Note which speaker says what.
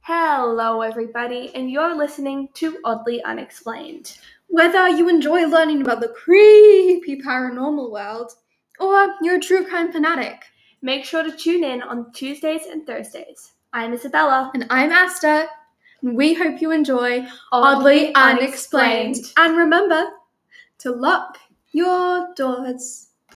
Speaker 1: Hello, everybody, and you're listening to Oddly Unexplained.
Speaker 2: Whether you enjoy learning about the creepy paranormal world or you're a true crime fanatic.
Speaker 1: Make sure to tune in on Tuesdays and Thursdays. I'm Isabella.
Speaker 2: And I'm Asta, and we hope you enjoy Oddly, Unexplained. And remember to lock your doors.